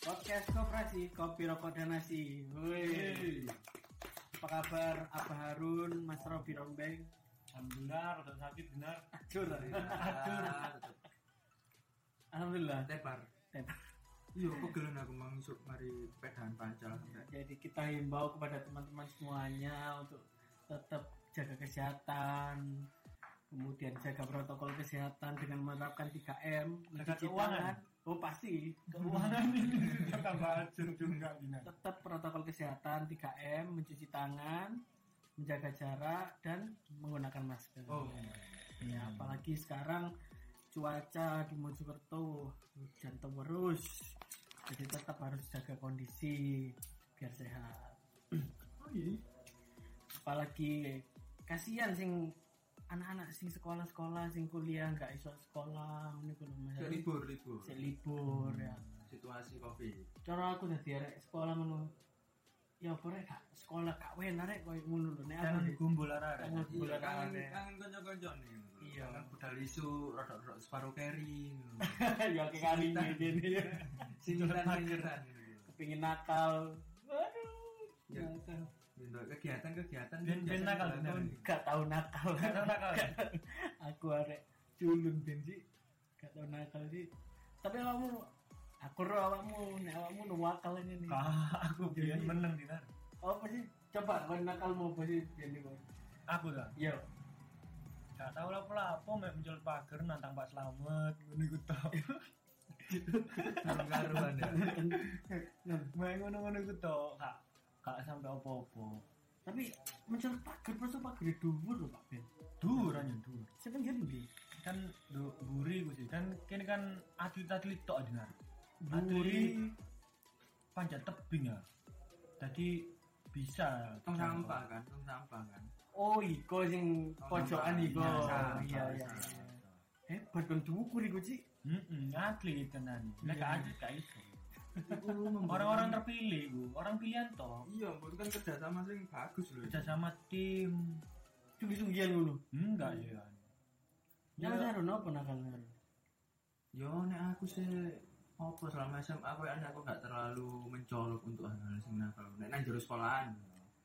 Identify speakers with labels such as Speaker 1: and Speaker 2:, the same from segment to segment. Speaker 1: Podcast Koperasi Kopi Rokok dan Nasi. Woi. Apa kabar Abah Harun, Mas Robi Rombeng?
Speaker 2: Alhamdulillah, rada sakit benar.
Speaker 1: Acur. Acur. Alhamdulillah.
Speaker 3: Tebar.
Speaker 1: Tep.
Speaker 3: Iya, kok gelon aku mang isuk mari pedahan pancal.
Speaker 1: Nah, Jadi kita himbau kepada teman-teman semuanya untuk tetap jaga kesehatan, kemudian jaga protokol kesehatan dengan menerapkan 3M,
Speaker 2: Jaga
Speaker 1: mencuci
Speaker 2: keuangan.
Speaker 1: tangan. Oh pasti,
Speaker 2: Keuangan ini tambah acur juga ini.
Speaker 1: tetap protokol kesehatan 3M, mencuci tangan, menjaga jarak dan menggunakan masker.
Speaker 3: Oh,
Speaker 1: Ya,
Speaker 3: Hmm.
Speaker 1: apalagi sekarang cuaca di Mojokerto hujan terus. Jadi tetap harus jaga kondisi biar sehat.
Speaker 2: Oh iya.
Speaker 1: Apalagi kasihan sing anak-anak sing sekolah-sekolah sing kuliah nggak iso sekolah ini belum
Speaker 3: Cek libur Hmm. libur.
Speaker 1: libur ya.
Speaker 3: Situasi covid.
Speaker 1: Cara aku dadi arek sekolah ngono. Ya apa rek gak sekolah gak enak rek koyo ngono lho nek
Speaker 3: Ya,
Speaker 1: aku
Speaker 2: Jangan
Speaker 1: dadi-
Speaker 2: gumbul arah.
Speaker 1: Jangan gumbul.
Speaker 3: Iya,
Speaker 1: Bulan
Speaker 3: kangen
Speaker 1: aneh.
Speaker 3: kangen kanca-kanca nih.
Speaker 1: Iya.
Speaker 3: Kangen budal isu rodok-rodok separuh keri.
Speaker 1: ya kali ini ya.
Speaker 3: Singitan-singitan.
Speaker 1: Kepingin nakal. Aduh.
Speaker 3: Ya.
Speaker 1: Nakal.
Speaker 3: Kegiatan-kegiatan
Speaker 2: Ben- ben nakal,
Speaker 3: biasanya
Speaker 2: benar.
Speaker 3: dilakukan.
Speaker 1: Gak tau nakal.
Speaker 2: Gak tau nakal.
Speaker 1: aku arek culun benci. Gak tau nakal sih. Tapi awakmu aku ro awakmu nek awakmu nu wakal ini nih.
Speaker 2: Ah, aku biar
Speaker 1: Jadi-
Speaker 2: menang dinar.
Speaker 1: Apa sih? Coba kon nakalmu apa sih jadi kon?
Speaker 2: Aku lah.
Speaker 1: Yo.
Speaker 2: Gak tahu lah pula apa mek muncul pagar nantang Pak Slamet ngono iku tok.
Speaker 3: Belum karuan ya.
Speaker 2: Mek ngono-ngono iku tok, Kak. Gak sampe apa-apa.
Speaker 1: Tapi mencari pagar pas pagar dhuwur lho Pak Ben.
Speaker 2: Dur anjir dur.
Speaker 1: Sampe ngendi?
Speaker 2: Kan do buri ku sih. Kan kene kan atlet-atlet tok dinar.
Speaker 1: Buri.
Speaker 2: Atlet panjat tebing ya. Tadi bisa
Speaker 3: Tong sampah kan, tong sampah kan.
Speaker 1: Oh, iko sing
Speaker 3: Tong
Speaker 1: pojokan
Speaker 3: sampah.
Speaker 1: iko. Oh, Iya,
Speaker 3: Iya,
Speaker 1: iya. iya.
Speaker 3: sampah, sampah.
Speaker 1: Hebat kan diukur iku, Ci.
Speaker 2: Mm-mm, atlet kan, tenan. Nek
Speaker 1: Iya.
Speaker 2: gak atlet gak iso. Orang-orang terpilih ku, orang pilihan tok.
Speaker 3: Iya, bukan kan kerjasama sing bagus loh.
Speaker 2: Kerja sama tim.
Speaker 1: Sunggi-sunggian ngono.
Speaker 2: Enggak Ya, sih kan.
Speaker 1: Nang saru nopo nakal saru?
Speaker 3: Yo, nek aku sih apa selama SMA aku anak aku gak terlalu mencolok untuk hal-hal sing nakal. Nek nang jero sekolahan.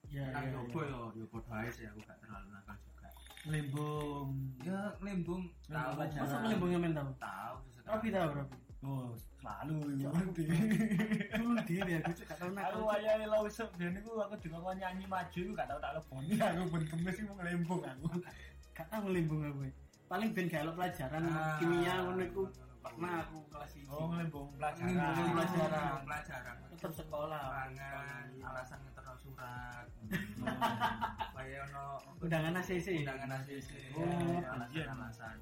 Speaker 1: Ya,
Speaker 3: Nang
Speaker 1: ya,
Speaker 3: coba
Speaker 1: ya.
Speaker 3: yo, yo podo ae sih aku gak terlalu nakal juga.
Speaker 2: Lembong.
Speaker 3: Ya lembung tahu
Speaker 2: Lembung
Speaker 3: aja.
Speaker 2: aja.
Speaker 1: iya. Masa melimbungnya men tau?
Speaker 3: tahu
Speaker 1: Rapi tau, Rapi.
Speaker 2: Oh, selalu itu penting.
Speaker 1: Dulu dhewe aku Ci, gitu, gak tau nakal.
Speaker 2: Aku
Speaker 1: Ci.
Speaker 2: ayah lo usap dan aku aku juga mau nyanyi maju aku gak tau tak lepon aku pun kemes aku ngelembung aku
Speaker 1: Gak tau melimbung aku. eh. Paling ben gak elok pelajaran
Speaker 3: Ah.
Speaker 1: kimia ngono iku. Pernah aku kelas
Speaker 2: oh
Speaker 1: 1.
Speaker 2: ngelembung
Speaker 3: Lembung
Speaker 2: pelajaran
Speaker 3: pelajaran, pelajaran.
Speaker 1: Tetep sekolah.
Speaker 3: Pangan, alasan ngeterno surat. Kayak ono
Speaker 1: Undangan ACC.
Speaker 3: undangan ACC.
Speaker 2: Oh,
Speaker 3: ya,
Speaker 2: iya.
Speaker 3: alasan-alasan.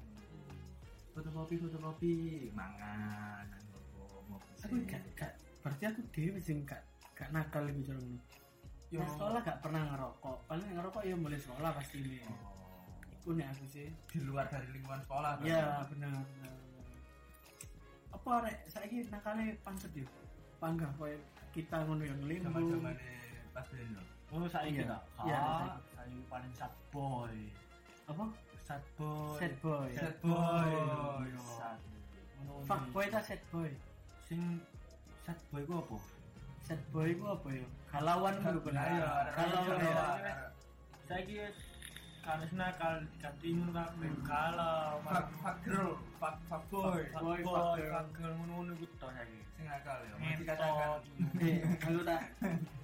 Speaker 3: Fotokopi, fotokopi, mangan, nang ngopo, ngopi.
Speaker 1: Aku gak gak berarti aku dhewe sing gak gak nakal iku cara ngono.
Speaker 3: Yo.
Speaker 1: Nah, sekolah gak pernah ngerokok. Paling ngerokok ya mulai sekolah pasti ini.
Speaker 3: Oh.
Speaker 1: Iku nih aku sih.
Speaker 3: di luar dari lingkungan sekolah kan?
Speaker 1: Ya benar. benar, benar. Apa rek saiki nakale pancet yo. Panggah koyo kita ngono yang
Speaker 3: zaman
Speaker 1: limbung.
Speaker 3: zamannya pas dulu
Speaker 2: oh saya
Speaker 1: Iya.
Speaker 2: kita
Speaker 1: Iya,
Speaker 2: ah saya paling sad boy
Speaker 1: Apa?
Speaker 2: sad boy
Speaker 1: Sad boy.
Speaker 2: Oh, iya. sad boy sad
Speaker 3: Sad boy.
Speaker 2: Ngono
Speaker 1: Fuck boy
Speaker 2: iki.
Speaker 1: ta sad boy.
Speaker 2: sing sad boy ku apa
Speaker 1: Sad boy ku apa yo? Kalawan
Speaker 3: Sad
Speaker 1: dulu
Speaker 3: boy, iya.
Speaker 1: benar.
Speaker 3: ayo,
Speaker 1: Kalawan.
Speaker 3: ayo,
Speaker 1: ya.
Speaker 3: ayo.
Speaker 2: saya kira harusnya kalau diganti ngono kabeh kalau
Speaker 3: fuck fuck girl fuck fuck boy
Speaker 2: fuck
Speaker 1: boy,
Speaker 2: boy
Speaker 1: fuck
Speaker 2: fuck
Speaker 1: girl.
Speaker 2: girl ngono-ngono iku tok saiki
Speaker 3: sing akal ya
Speaker 2: Ngetot.
Speaker 3: masih katakan
Speaker 1: Eh, aku tak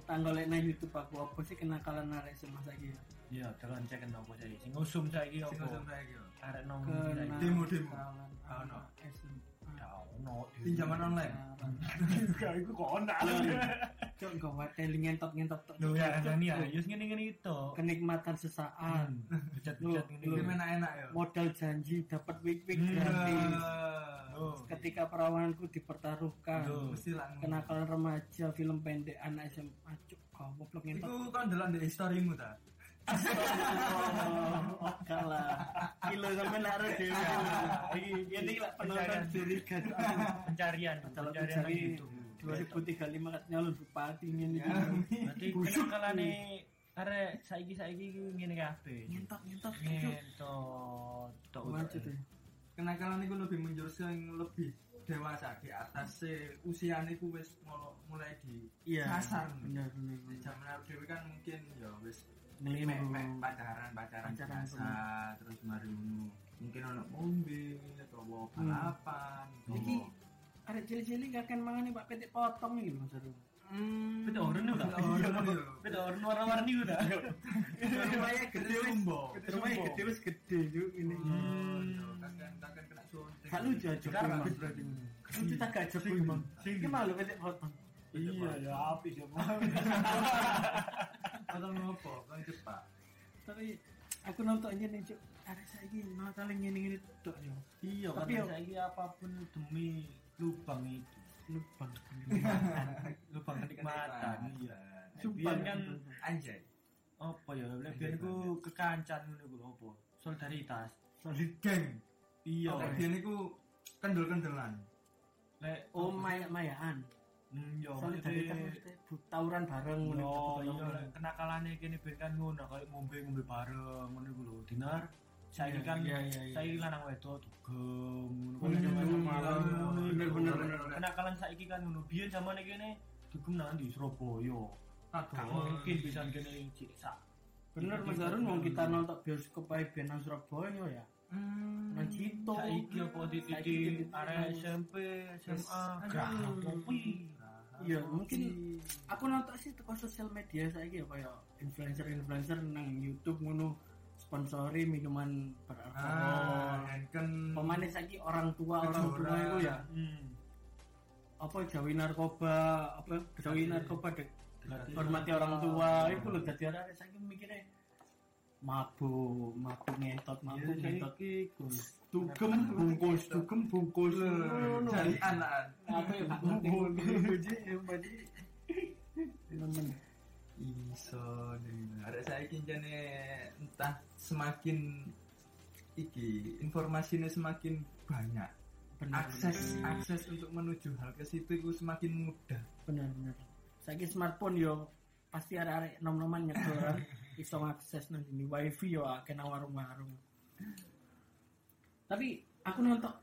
Speaker 1: tanggolek nang YouTube aku apa sih kenakalan narek semua saiki. ya?
Speaker 2: iya jalan cek nopo saiki sing usum saiki
Speaker 3: sing usum
Speaker 2: apa
Speaker 3: saya gitu
Speaker 2: arek nang
Speaker 1: Kena-
Speaker 3: Demo, demo.
Speaker 1: kawan
Speaker 3: Ah, no.
Speaker 1: anak SMA.
Speaker 2: Ono
Speaker 3: pinjaman online
Speaker 1: Jarang.
Speaker 2: juga iku kok ono
Speaker 1: Cok gak wateli ngentot-ngentot tok.
Speaker 2: lho ya ngene ya yus ngene-ngene itu
Speaker 1: Kenikmatan sesaat.
Speaker 3: Hmm.
Speaker 2: bejat-bejat
Speaker 1: Lho,
Speaker 2: ngene
Speaker 3: ini enak enak ya
Speaker 1: Modal janji dapat wik-wik
Speaker 2: Hmm.
Speaker 1: gratis.
Speaker 2: Lho.
Speaker 1: Ketika perawananku
Speaker 2: Lho.
Speaker 1: dipertaruhkan.
Speaker 3: mesti lah ngono.
Speaker 1: Kenakalan remaja film pendek anak SMA. Cok goblok
Speaker 3: itu
Speaker 1: ngentot.
Speaker 3: kan dalam di historimu ta
Speaker 1: Oh, kalah. Kilo sampean laro dhewe.
Speaker 2: Iki-
Speaker 1: Ini lah penonton curiga.
Speaker 2: pencarian
Speaker 1: Kalau
Speaker 2: pencarian nang
Speaker 1: mencari
Speaker 2: YouTube
Speaker 1: 2035 katanya lu bupati ngene.
Speaker 3: Ya.
Speaker 2: berarti
Speaker 1: Busuk.
Speaker 2: kalane arek saiki saiki ngene kabeh
Speaker 1: Ngentot ngentot. Cok.
Speaker 2: ngentot tok
Speaker 1: Macet ya.
Speaker 3: kenakalan itu lebih menjurus yang lebih dewasa di atas se usiane ku wis molo- mulai di
Speaker 1: iya
Speaker 3: Kasar.
Speaker 1: bener bener,
Speaker 3: di
Speaker 1: bener.
Speaker 3: zaman aku dhewe kan mungkin ya wis
Speaker 1: ngelimu
Speaker 3: mek mek pacaran pacaran
Speaker 1: Hmm. Pacaran
Speaker 3: biasa terus mari ngono mungkin ono ngombe atau mau balapan atau
Speaker 1: Iki
Speaker 3: mau-
Speaker 1: ada cili-cili gak akan mangan pak petik potong gitu mas Arum.
Speaker 3: Hmm,
Speaker 2: Beda orang nih, udah. Beda orang warna-warni udah.
Speaker 1: rumahnya gede wis rumahnya
Speaker 2: sombong.
Speaker 1: gede wis gede juga ini
Speaker 3: Kakek kakek kena suntik.
Speaker 1: Hmm. gak lucu aja
Speaker 2: Sekarang
Speaker 1: Mas.
Speaker 2: habis berarti.
Speaker 1: lucu tak gak jepun
Speaker 2: Sing-
Speaker 1: bang
Speaker 2: sing-
Speaker 1: ini malu petik potong
Speaker 2: Iya, ya habis ya. Bang.
Speaker 3: Atau ngopo? Kan cepat.
Speaker 1: tapi aku nonton aja nih cuk ada saiki nonton paling ngene-ngene tok yo
Speaker 2: Iya,
Speaker 1: Tapi
Speaker 2: karena
Speaker 1: yo-
Speaker 2: saya apapun demi lubang itu.
Speaker 1: lubang
Speaker 2: Lubang kenikmatan. Iya.
Speaker 1: sumpah
Speaker 2: Biyen kan
Speaker 3: Anjay.
Speaker 2: apa ya, lebihan ku kekancan ngono ku apa? Solidaritas.
Speaker 1: solid
Speaker 3: Geng.
Speaker 2: Iya.
Speaker 3: Kakek dia niku kendel-kendelan.
Speaker 2: Lek
Speaker 1: oh maya mayaan
Speaker 2: Hmm, yo
Speaker 1: solidaritas
Speaker 2: maksudnya-
Speaker 1: maksudnya bu- tawuran bareng ngono
Speaker 2: Oh,
Speaker 1: gitu,
Speaker 2: iya,
Speaker 1: tawuran.
Speaker 2: kenakalane kene ben kan ngono kayak ngombe ngombe bareng ngono iku lho, dinar. Saiki
Speaker 1: Iya,
Speaker 2: kan
Speaker 1: iya, iya, iya.
Speaker 2: saiki lanang wedok dugem ngono
Speaker 1: Bener,
Speaker 2: Kayak
Speaker 1: bener,
Speaker 2: zaman malam,
Speaker 1: bener,
Speaker 2: ngono iku.
Speaker 1: bener, bener, bener.
Speaker 2: Kenakalan saiki kan ngono biyen zamane kene dugem nang di Surabaya. Gak mungkin bisa kene cilik sak.
Speaker 1: bener mas Harun mau kita nonton bioskop ae ben nang Surabaya ya
Speaker 3: Hmm.
Speaker 1: nang Cito
Speaker 2: Hmm, Saiki apa
Speaker 1: Saiki
Speaker 2: titik
Speaker 1: titik-
Speaker 2: arek SMP, SMA,
Speaker 3: Aduh.
Speaker 2: graham kopi.
Speaker 1: Iya, mungkin aku nonton sih toko sosial media saiki ya kayak influencer-influencer nang YouTube ngono sponsori minuman
Speaker 2: Oh.
Speaker 3: Ah,
Speaker 1: beralkohol.
Speaker 3: Henken.
Speaker 1: Pemanis saiki orang tua orang tua
Speaker 3: Kejora.
Speaker 1: itu ya
Speaker 2: Hmm.
Speaker 1: apa jauhi narkoba apa jauhi narkoba dek
Speaker 3: Dekati-
Speaker 1: hormati orang tua itu loh jadi orang saiki mikirnya mabuk mabuk ngentot mabuk
Speaker 2: Iya,
Speaker 1: ngentot dugem
Speaker 3: Kenapa?
Speaker 1: bungkus
Speaker 2: gitu.
Speaker 1: dugem bungkus
Speaker 2: Iya,
Speaker 1: Ngono.
Speaker 3: Dari anak.
Speaker 1: aku ya gak ngerti Buji, buji. Temen.
Speaker 3: Iso
Speaker 2: iya.
Speaker 3: nih. Arek saiki jane entah semakin iki informasinya semakin banyak.
Speaker 2: Iya,
Speaker 1: Bener,
Speaker 3: akses akses untuk menuju hal ke situ itu semakin mudah
Speaker 1: bener bener saiki smartphone yo pasti ada arek nom-noman nyekel kan. iso akses nang di wifi yo akeh nang warung-warung tapi aku nonton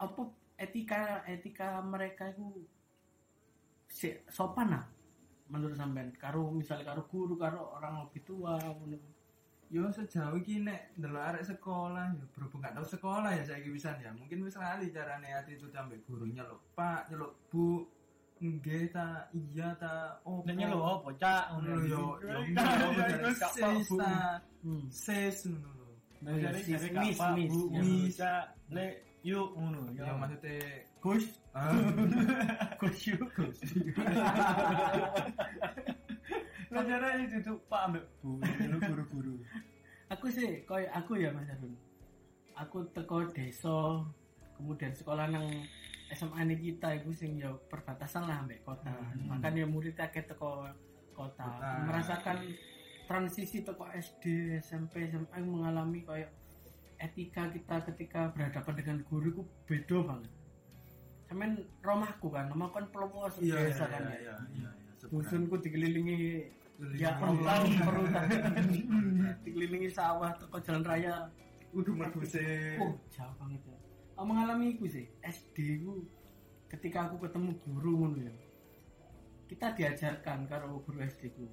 Speaker 1: apa etika etika mereka itu si, sopan lah menurut sampean karo misalnya karo guru karo orang lebih tua ngono.
Speaker 3: yo sejauh ini nek ndelok arek sekolah ya berhubung gak tau sekolah ya saya bisa ya mungkin wis lali carane ati itu sampe gurunya lho pak nyeluk bu nggih ta iya ta opo
Speaker 2: Nek nyeluk apa, Cak?
Speaker 3: Ngono lho
Speaker 2: gitu. iya,
Speaker 3: yo yo
Speaker 2: Gak apa,
Speaker 3: sis
Speaker 2: Bu.
Speaker 3: ta
Speaker 1: hmm.
Speaker 3: sis ngono lho
Speaker 2: Nah, jadi
Speaker 1: Sis,
Speaker 2: jadi gak
Speaker 1: miss,
Speaker 2: apa,
Speaker 1: miss,
Speaker 2: Bu.
Speaker 1: ya.
Speaker 2: Miss, Cak. Nek, yuk, ngono, ya.
Speaker 3: yo maksudnya
Speaker 1: Gus,
Speaker 3: ah,
Speaker 1: Gus yuk, Gus.
Speaker 2: Lah, jarang ini duduk, Pak, ambek Bu. Lu guru-guru.
Speaker 1: aku sih koyo aku ya Mas Arun aku teko desa kemudian sekolah nang SMA ini kita iku sing ya perbatasan lah ambek kota makanya murid akeh teko kota
Speaker 3: Hmm. Kota.
Speaker 1: merasakan transisi teko SD SMP SMA yang mengalami koyo etika kita ketika berhadapan dengan guru ku beda banget Cuman rumahku kan, rumah kan pelopor
Speaker 3: iya
Speaker 1: desa kan ya.
Speaker 3: iya iya iya, seberan.
Speaker 1: Dusunku dikelilingi ya
Speaker 3: Keliling-
Speaker 1: Allah perutan dikelilingi sawah teko jalan raya
Speaker 3: udah merbuse
Speaker 1: oh jauh banget ya aku mengalami itu sih SD ku ketika aku ketemu guru ngono ya kita diajarkan karo guru SD ku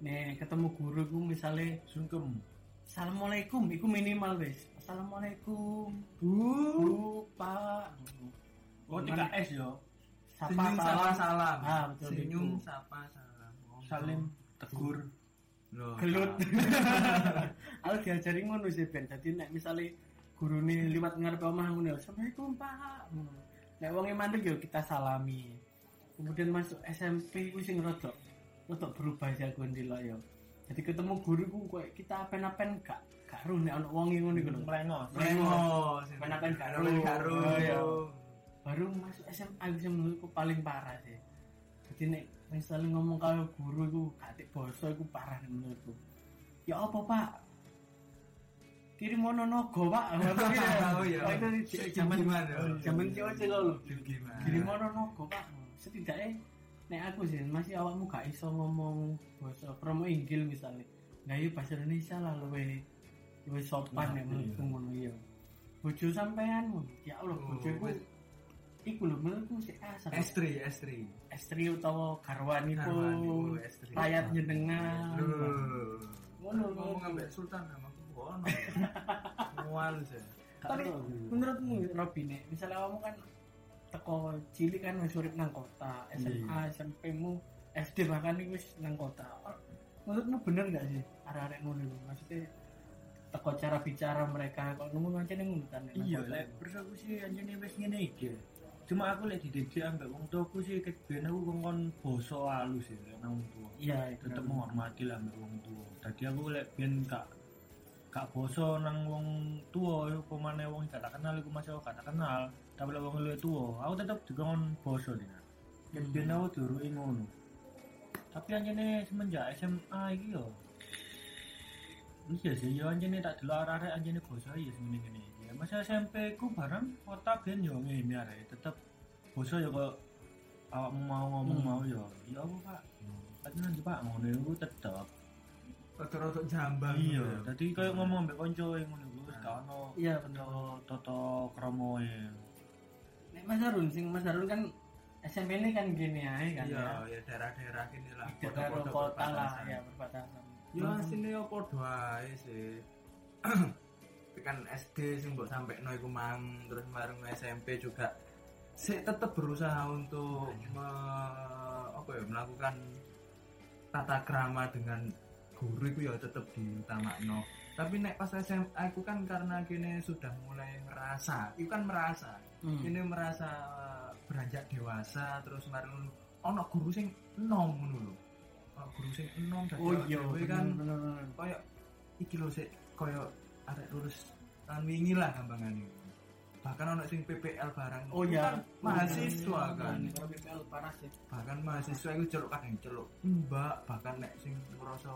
Speaker 1: nih ketemu guru ku misalnya
Speaker 2: Sungkem.
Speaker 1: Assalamualaikum, iku minimal wis. Assalamualaikum,
Speaker 3: bu
Speaker 1: Bu, Pak.
Speaker 2: Oh, 3S, ya.
Speaker 1: Sapa
Speaker 3: senyum sapa
Speaker 1: salam.
Speaker 3: salam
Speaker 1: Ah, betul
Speaker 3: senyum
Speaker 1: itu.
Speaker 3: sapa salam Oh,
Speaker 2: Salim, tegur.
Speaker 3: loh
Speaker 1: gelut aku diajari ngono sih ben dadi nek misale gurune liwat ngarep omah ngono Assalamualaikum Pak ngono. nek wonge mandek yo kita salami kemudian masuk SMP ku sing rodok rodok berubah ya aku ndelok yo jadi ketemu guru ku koyo kita apen-apen gak gak ruh nek ana wonge ngono iku lho
Speaker 2: Melengos.
Speaker 3: Rengos
Speaker 1: Kenakan karo.
Speaker 3: karo
Speaker 1: Oh, iya.
Speaker 3: yo
Speaker 1: baru masuk SMA aku sih menurutku paling parah sih jadi nek misalnya ngomong kalau guru itu kate boso itu parah nih menurutku ya apa pak kiri mau nonogo pak
Speaker 3: Oh, iya.
Speaker 1: Wah, itu di-
Speaker 3: Kayak
Speaker 1: zaman
Speaker 3: gimana? Oh,
Speaker 1: zaman cewek cewek lho
Speaker 3: gimana
Speaker 1: kiri mau nonogo pak setidaknya nek aku sih masih awakmu gak iso ngomong boso promo inggil misalnya nggak yuk bahasa Indonesia lah luwe luwe sopan
Speaker 2: Nah,
Speaker 1: ya menurutku ngono iya bojo sampean ya Allah
Speaker 3: Oh,
Speaker 1: bojoku
Speaker 3: wes.
Speaker 1: iku lho menurutku sik asal
Speaker 3: S3 S3
Speaker 1: istri utawa garwani ku
Speaker 3: Garwaniku, istri.
Speaker 1: rakyat jenengan
Speaker 3: Loh.
Speaker 1: Ngono,
Speaker 3: ngomong
Speaker 1: ngono.
Speaker 3: ambek Sultan emang aku ngono mual sih
Speaker 1: tapi menurutmu Robi nek misalnya kamu kan teko cilik kan wis urip nang kota SMA SMP mu SD bahkan iku wis nang kota menurutmu bener nggak sih arek-arek ngono iku? maksudnya teko cara bicara mereka kok nemu macam ngono kan nang
Speaker 2: iya
Speaker 1: kota.
Speaker 2: lek terus aku sih anjene wis ngene iki cuma aku lek dididik ambek wong tuaku sih ket ben aku kongkon basa halus ya lek nang wong tuwa
Speaker 1: iya
Speaker 2: tetep menghormati lah ambek wong tuwa dadi aku lek ben gak gak basa nang wong tuwa yo pemane wong gak tak kenal iku masih aku gak tak kenal tapi lek wong luwih tuwa aku tetep dikongkon basa nih ket
Speaker 1: Hmm.
Speaker 2: ben aku diuruki ngono tapi anjene semenjak SMA iki yo Iya sih, yo anjene tak delok arek anjene basa ya semene ngene. Ya masa SMP ku bareng kota ben yo ngene arek tetep basa yo kok awakmu mau ngomong
Speaker 1: Hmm.
Speaker 2: mau yo. Ya aku Pak. Tenan sih Pak ngono iku tetep.
Speaker 3: rotok-rotok jambang
Speaker 2: Iya,
Speaker 3: gitu.
Speaker 2: dadi koyo ngomong mbek kanca ngono iku wis gak ono
Speaker 1: iya bener
Speaker 2: toto toto kromoe.
Speaker 1: nek Mas Harun sing Mas Harun kan SMP ini kan gini ae kan
Speaker 3: iya
Speaker 1: ya
Speaker 3: ya daerah-daerah gini lah
Speaker 1: kota
Speaker 3: kota-kota
Speaker 1: kota lah
Speaker 3: perbatasan.
Speaker 1: ya perbatasan
Speaker 3: Ya
Speaker 1: Hmm.
Speaker 3: sini ya podo ae sih. Tekan SD sing mbok sampekno iku mang terus marung SMP juga sik tetep berusaha untuk
Speaker 1: Iya.
Speaker 3: me- apa ya melakukan tata krama dengan guru itu ya tetep diutamakno. Tapi nek pas SMA aku kan karena gini sudah mulai merasa, itu kan merasa
Speaker 1: Hmm.
Speaker 3: ini merasa beranjak dewasa terus marun ono guru sing enom ngono lho ono guru sing enom dadi
Speaker 1: oh
Speaker 3: awak
Speaker 1: iya
Speaker 3: dhewe
Speaker 1: bener
Speaker 3: kan
Speaker 1: bener, bener.
Speaker 3: koyo iki lho sik koyo arek lulus tahun wingi lah gampangane bahkan ono sing PPL barang
Speaker 1: Oh
Speaker 3: Itu
Speaker 1: iya,
Speaker 3: kan mahasiswa kan
Speaker 1: Hmm. Kalau BPL parah sih.
Speaker 3: bahkan mahasiswa itu celuk kadang celuk mbak bahkan nek sing ngerasa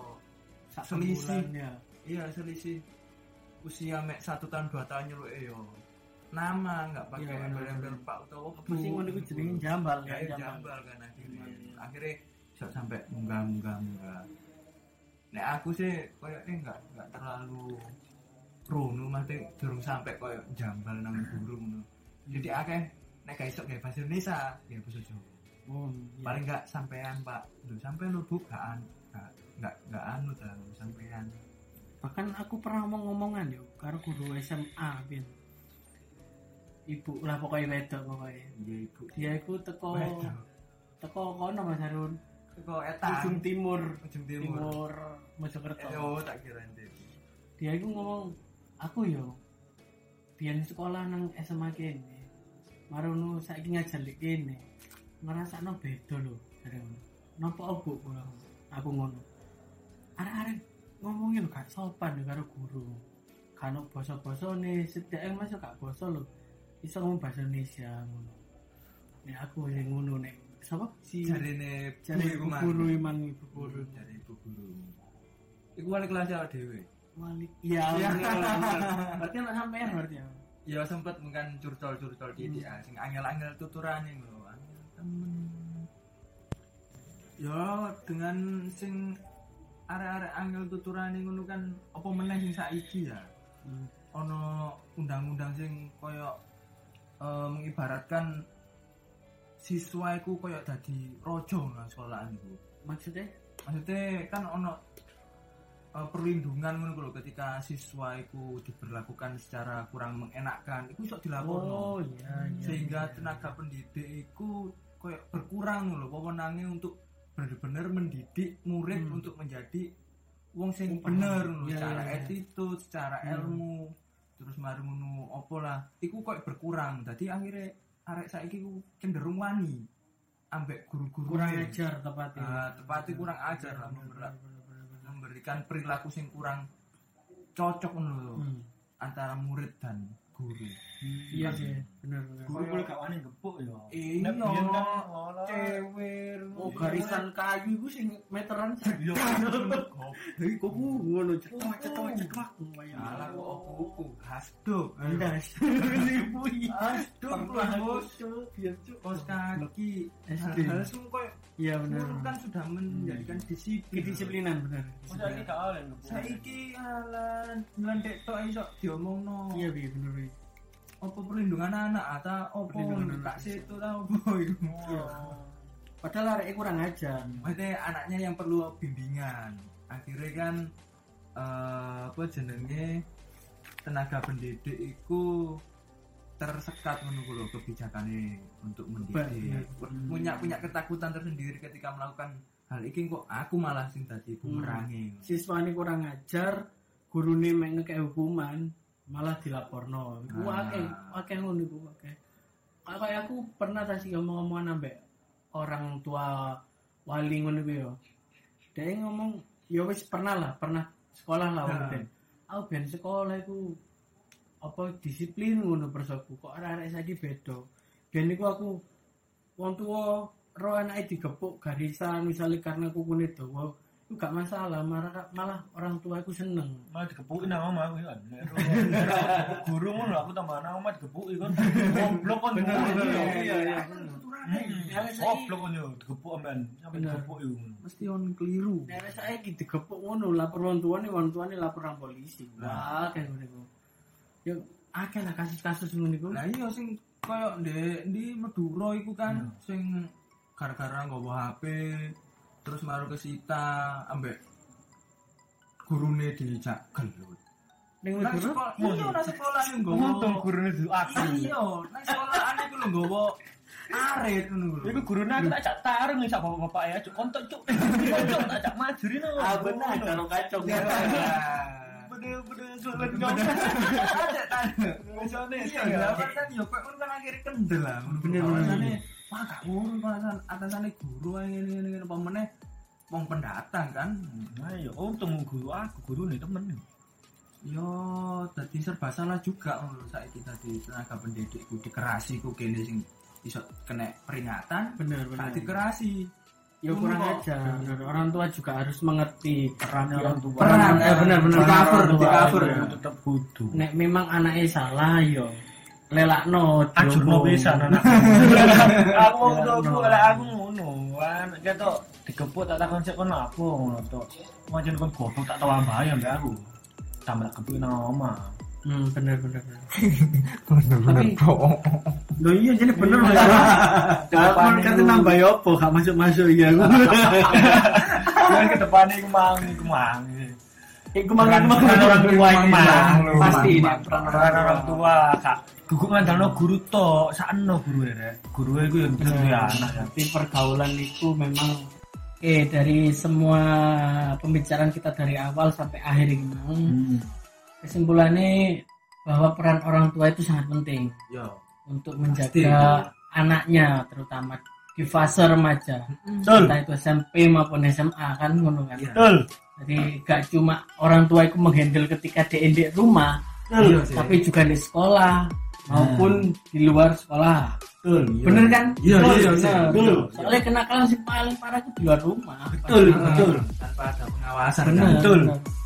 Speaker 1: Sak
Speaker 3: Selisih.
Speaker 1: bulannya.
Speaker 3: iya selisih usia mek satu tahun dua tahun nyeluk yo nama nggak pakai
Speaker 1: Iya,
Speaker 3: embel-embel
Speaker 1: bener.
Speaker 3: pak utawa
Speaker 1: Apa sih ngono iku jenenge jambal ya,
Speaker 3: Hmm. kayak
Speaker 1: jambal.
Speaker 3: jambal kan akhirnya
Speaker 1: Iya.
Speaker 3: akhirnya bisa sampai munggah munggah munggah nek aku sih kayaknya nggak nggak terlalu runu mati durung sampai koyo jambal nang guru ngono
Speaker 1: Iya.
Speaker 3: jadi akeh nek gak iso kayak bahasa Indonesia ya bahasa Jawa
Speaker 1: Oh, iya.
Speaker 3: paling nggak sampean pak lu sampean lu bukaan nggak nggak nggak anu dah lu sampean
Speaker 1: Bahkan aku pernah ngomong ngomongan yo karo guru SMA ben. Ibu lah pokoknya wedok pokoknya.
Speaker 3: iya ibu
Speaker 1: Dia iku teko
Speaker 3: Wedok.
Speaker 1: teko kono Mas Harun,
Speaker 3: Teko etan
Speaker 1: ujung timur,
Speaker 3: ujung timur
Speaker 1: timur
Speaker 3: Eh,
Speaker 1: Mojokerto.
Speaker 3: oh tak kira nanti
Speaker 1: Dia iku ngomong aku yo biyen sekolah nang SMA kene. Marono saiki ngajar lek kene. Ngrasakno beda lho. Jare ngono. Napa obo kula? Aku ngono. Arek-arek ngomongin lho gak sopan lho karo guru. Kan basa-basane sedhek masuk gak basa lho. Iso ngomong bahasa Indonesia ngono. Nek aku sing ngono nek sapa si
Speaker 3: cari nih
Speaker 1: jare ibu Iya. guru iman ibu guru.
Speaker 3: guru cari ibu guru iku wali kelas ya dewe
Speaker 1: Wali. Iya,
Speaker 3: Iya.
Speaker 1: bener, bener. berarti anak sampean berarti ya.
Speaker 3: ya sempet mungkin curcol curcol di
Speaker 1: Hmm.
Speaker 3: dia sing angel angel tuturan yang lo angel temen ya dengan sing arek-arek angel tuturan yang ngono kan apa meneh sing saiki ya ono undang-undang sing koyo eh, mengibaratkan siswa iku koyo dadi rojo nang sekolahan iku
Speaker 1: Maksudnya
Speaker 3: maksudnya kan ono eh, perlindungan ngono ku lho ketika siswa iku diberlakukan secara kurang mengenakkan iku iso
Speaker 1: Oh
Speaker 3: dilaporno
Speaker 1: iya, iya.
Speaker 3: sehingga
Speaker 1: iya.
Speaker 3: tenaga pendidik iku koyo berkurang ngono lho wewenange untuk bener-bener mendidik murid
Speaker 1: Hmm.
Speaker 3: untuk menjadi wong sing
Speaker 1: Wong
Speaker 3: bener
Speaker 1: paham.
Speaker 3: ngono
Speaker 1: Iya, iya,
Speaker 3: secara
Speaker 1: iya.
Speaker 3: attitude, secara
Speaker 1: Hmm.
Speaker 3: ilmu terus mari ngono apa lah iku koyo berkurang dadi akhirnya arek saiki ku cenderung wani ambek guru-guru
Speaker 1: kurang
Speaker 3: ini.
Speaker 1: ajar tepatnya.
Speaker 3: Ah, tepatnya kurang ajar lah,
Speaker 1: Bener,
Speaker 3: bener.
Speaker 1: bener, bener, bener.
Speaker 3: memberikan perilaku sing kurang cocok ngono lho,
Speaker 1: Hmm.
Speaker 3: antara murid dan guru.
Speaker 1: Iya sih, benar benar.
Speaker 2: Guru kulo gak wani gebuk yo.
Speaker 3: Iya,
Speaker 2: Nek biyen kan ngono.
Speaker 3: cewek.
Speaker 1: Oh garisan kayu gue sing meteran.
Speaker 2: Yo.
Speaker 1: Hei kok gue ngono iya. cetak cetak
Speaker 3: Iya. Oh.
Speaker 1: cetak.
Speaker 3: Malah kok opo-opo hasdo.
Speaker 1: Andas. Ibu iya.
Speaker 3: Hasdo
Speaker 1: Pernah
Speaker 3: bos.
Speaker 1: bos biar cuk.
Speaker 3: Kos kaki.
Speaker 1: SD.
Speaker 3: Hal-hal semua koyo
Speaker 1: Iya benar.
Speaker 3: guru kan sudah menjadikan disiplin.
Speaker 1: Kedisiplinan benar.
Speaker 3: Oh,
Speaker 2: Wong saiki gak oleh gebuk.
Speaker 3: Saiki alan ngelentek tok iso diomongno.
Speaker 1: Iya bi Iya, benar bi.
Speaker 3: apa perlindungan anak atau apa
Speaker 1: Perlindungan anak.
Speaker 3: tak situ tau apa iku. Oh.
Speaker 1: Padahal arek e kurang aja.
Speaker 3: Maksudnya anaknya yang perlu bimbingan. Akhirnya kan eh, apa jenenge tenaga pendidik itu tersekat menunggu lo kebijakannya untuk mendidik.
Speaker 2: Beban.
Speaker 3: Punya punya ketakutan tersendiri ketika melakukan hal ini kok aku malah sing dadi bumerangnya.
Speaker 1: Siswa ini kurang ajar, gurune mek ngekek hukuman, malah dilaporno. Iku
Speaker 3: Ah.
Speaker 1: akeh, akeh ngono iku akeh. Kayak aku pernah tadi ngomong-ngomongan ambek orang tua wali ngono kuwi yo. Dia ngomong, ya wis pernah lah, pernah sekolah lah wong
Speaker 3: Ah.
Speaker 1: ben. Aku ben sekolah iku apa disiplin ngono persoku kok arek-arek saiki beda. Ben iku aku wong tua ro anake digepuk garisan misalnya karena kukune dawa itu gak masalah malah, malah orang tua aku seneng
Speaker 2: Malah digebukin sama mama aku kan. Nek ro- Guru ngono aku tambah nama mama digebuki kan. Goblok kan.
Speaker 1: Bener,
Speaker 2: guru.
Speaker 1: bener,
Speaker 2: Iya, iya.
Speaker 1: Hmm. Ya, wes, saiki-
Speaker 2: Goblok kan yo digepuk amben. Sampai
Speaker 1: Bener.
Speaker 2: digepuk yo. ngono.
Speaker 3: Mesti on keliru.
Speaker 1: Nah, saya gitu gepuk ngono lapor orang tua nih, orang tua nih lapor orang polisi. Wah,
Speaker 3: Nah.
Speaker 1: kayak ngono iku. Ya, akeh lah kasus-kasus ngono iku.
Speaker 3: Lah iya sing koyo di di Madura iku kan
Speaker 2: Iya.
Speaker 3: sing gara-gara nggowo HP terus maru kesita ambek gurune dijak gelut.
Speaker 1: Ning
Speaker 3: Nang
Speaker 1: guru,
Speaker 3: sekolah, iya nang sekolah yang nggowo.
Speaker 2: Untung gurune itu aku.
Speaker 3: Iya, nang sekolah ane ku lho nggowo arit ngono lho.
Speaker 2: Iku gurune aku tak jak tarung sak bapak-bapak ya. Cuk kontok cuk. Kontok tak jak majuri no.
Speaker 1: Ah, kalau kacau.
Speaker 3: Ya.
Speaker 2: Bener-bener
Speaker 3: Ada kan. Iya,
Speaker 2: Iya,
Speaker 3: apa kan yo kok ngono kan akhire kendel lah.
Speaker 1: Bener, bener.
Speaker 3: Alasannya, wah gak urun alasan atasane guru ae ngene ngene ngene apa meneh wong pendatang kan.
Speaker 2: Nah, ya untung guru aku, guru nih temen.
Speaker 3: Yo, tadi serba salah juga menurut saya kita di tenaga pendidik ku dikerasi ku kene sing iso kena peringatan
Speaker 1: Bener, bener.
Speaker 3: gak dikerasi
Speaker 1: Ya kurang
Speaker 3: Bener.
Speaker 1: aja. Bener, Orang tua juga harus mengerti peran orang tua.
Speaker 3: Peran, eh, bener, bener.
Speaker 1: Peran orang
Speaker 3: Cover,
Speaker 1: tua,
Speaker 3: di cover.
Speaker 1: iya.
Speaker 2: tetep kudu.
Speaker 1: Nek memang anaknya salah yo. Lelakno, dihukum.
Speaker 2: Ajurno pisan anakku. Aku wong
Speaker 1: Ya,
Speaker 2: tua aku
Speaker 1: no.
Speaker 2: lah aku ngono. Wan, ketok digepuk tak takon sik kono apa ngono to. Wajan kon goblok tak tau ambahe ambek aku. Tambah kepuk nang omah.
Speaker 1: Hmm, bener, bener, bener.
Speaker 3: bener-bener
Speaker 1: Tapi- Loh iya jadi bener loh. Kalau
Speaker 2: Depan
Speaker 1: kan
Speaker 2: itu.
Speaker 1: nambah ya apa gak masuk-masuk iya.
Speaker 2: Kan ke depane iku mang iku mang.
Speaker 1: Iku
Speaker 2: Peran- peran orang tua iku mang.
Speaker 3: Mang,
Speaker 1: Pasti ini
Speaker 3: mang,
Speaker 1: peran
Speaker 2: Peran orang tua kak. Gugu ngandalno guru tok, sakno guru ya. Guru iku yang bener ya anak ya.
Speaker 1: Tapi pergaulan itu memang eh dari semua pembicaraan kita dari awal sampai akhir ini Mang,
Speaker 2: Hmm.
Speaker 1: kesimpulannya bahwa peran orang tua itu sangat penting
Speaker 3: yo
Speaker 1: untuk menjaga
Speaker 3: Pasti.
Speaker 1: anaknya terutama di fase remaja
Speaker 2: Betul.
Speaker 1: entah itu SMP maupun SMA kan ngono kan
Speaker 3: Iya.
Speaker 2: Betul.
Speaker 1: jadi gak cuma orang tua itu menghandle ketika DND rumah
Speaker 3: Iya sih. Nah.
Speaker 1: tapi juga di sekolah maupun di luar sekolah
Speaker 2: Betul.
Speaker 3: Iya.
Speaker 1: bener kan
Speaker 3: Iya,
Speaker 1: Betul,
Speaker 3: iya,
Speaker 1: bener.
Speaker 3: iya.
Speaker 2: Betul.
Speaker 1: soalnya kenakalan si paling parah itu di luar rumah
Speaker 2: Betul,
Speaker 1: Padahal-
Speaker 2: betul.
Speaker 3: tanpa ada pengawasan
Speaker 1: bener
Speaker 3: kan?
Speaker 2: Betul.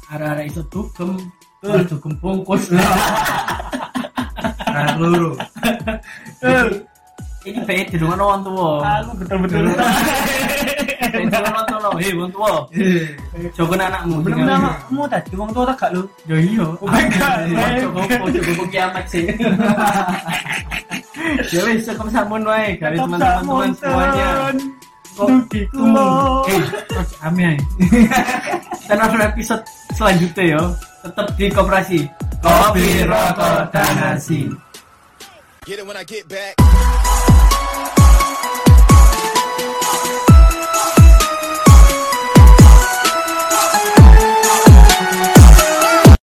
Speaker 1: arah-arah itu dugem
Speaker 2: Betul.
Speaker 1: malah dugem bungkus
Speaker 3: Iya. karena peluru
Speaker 2: Betul.
Speaker 1: ini pengen jenengan orang tua
Speaker 2: Aku betul-betul.
Speaker 1: pengen jenengan orang tua hei orang tua
Speaker 3: Eh,
Speaker 1: jogen anakmu
Speaker 2: Belum
Speaker 1: Jangan-
Speaker 2: nama kamu tadi wong tua tak gak lu?
Speaker 1: ya iya
Speaker 2: Iya. Oh my God, man.
Speaker 1: Jogo- jogo kiamat sih ya wis cukup sampun wae dari
Speaker 2: Tetap
Speaker 1: teman-teman
Speaker 2: sak
Speaker 1: semuanya
Speaker 2: monten.
Speaker 1: Kok-
Speaker 2: Dugi kulo.
Speaker 1: Eh, terus ame ae. Dan ada episode selanjutnya yo, tetap di koperasi.
Speaker 3: kopi rokok dan nasi
Speaker 4: Get it when I get back.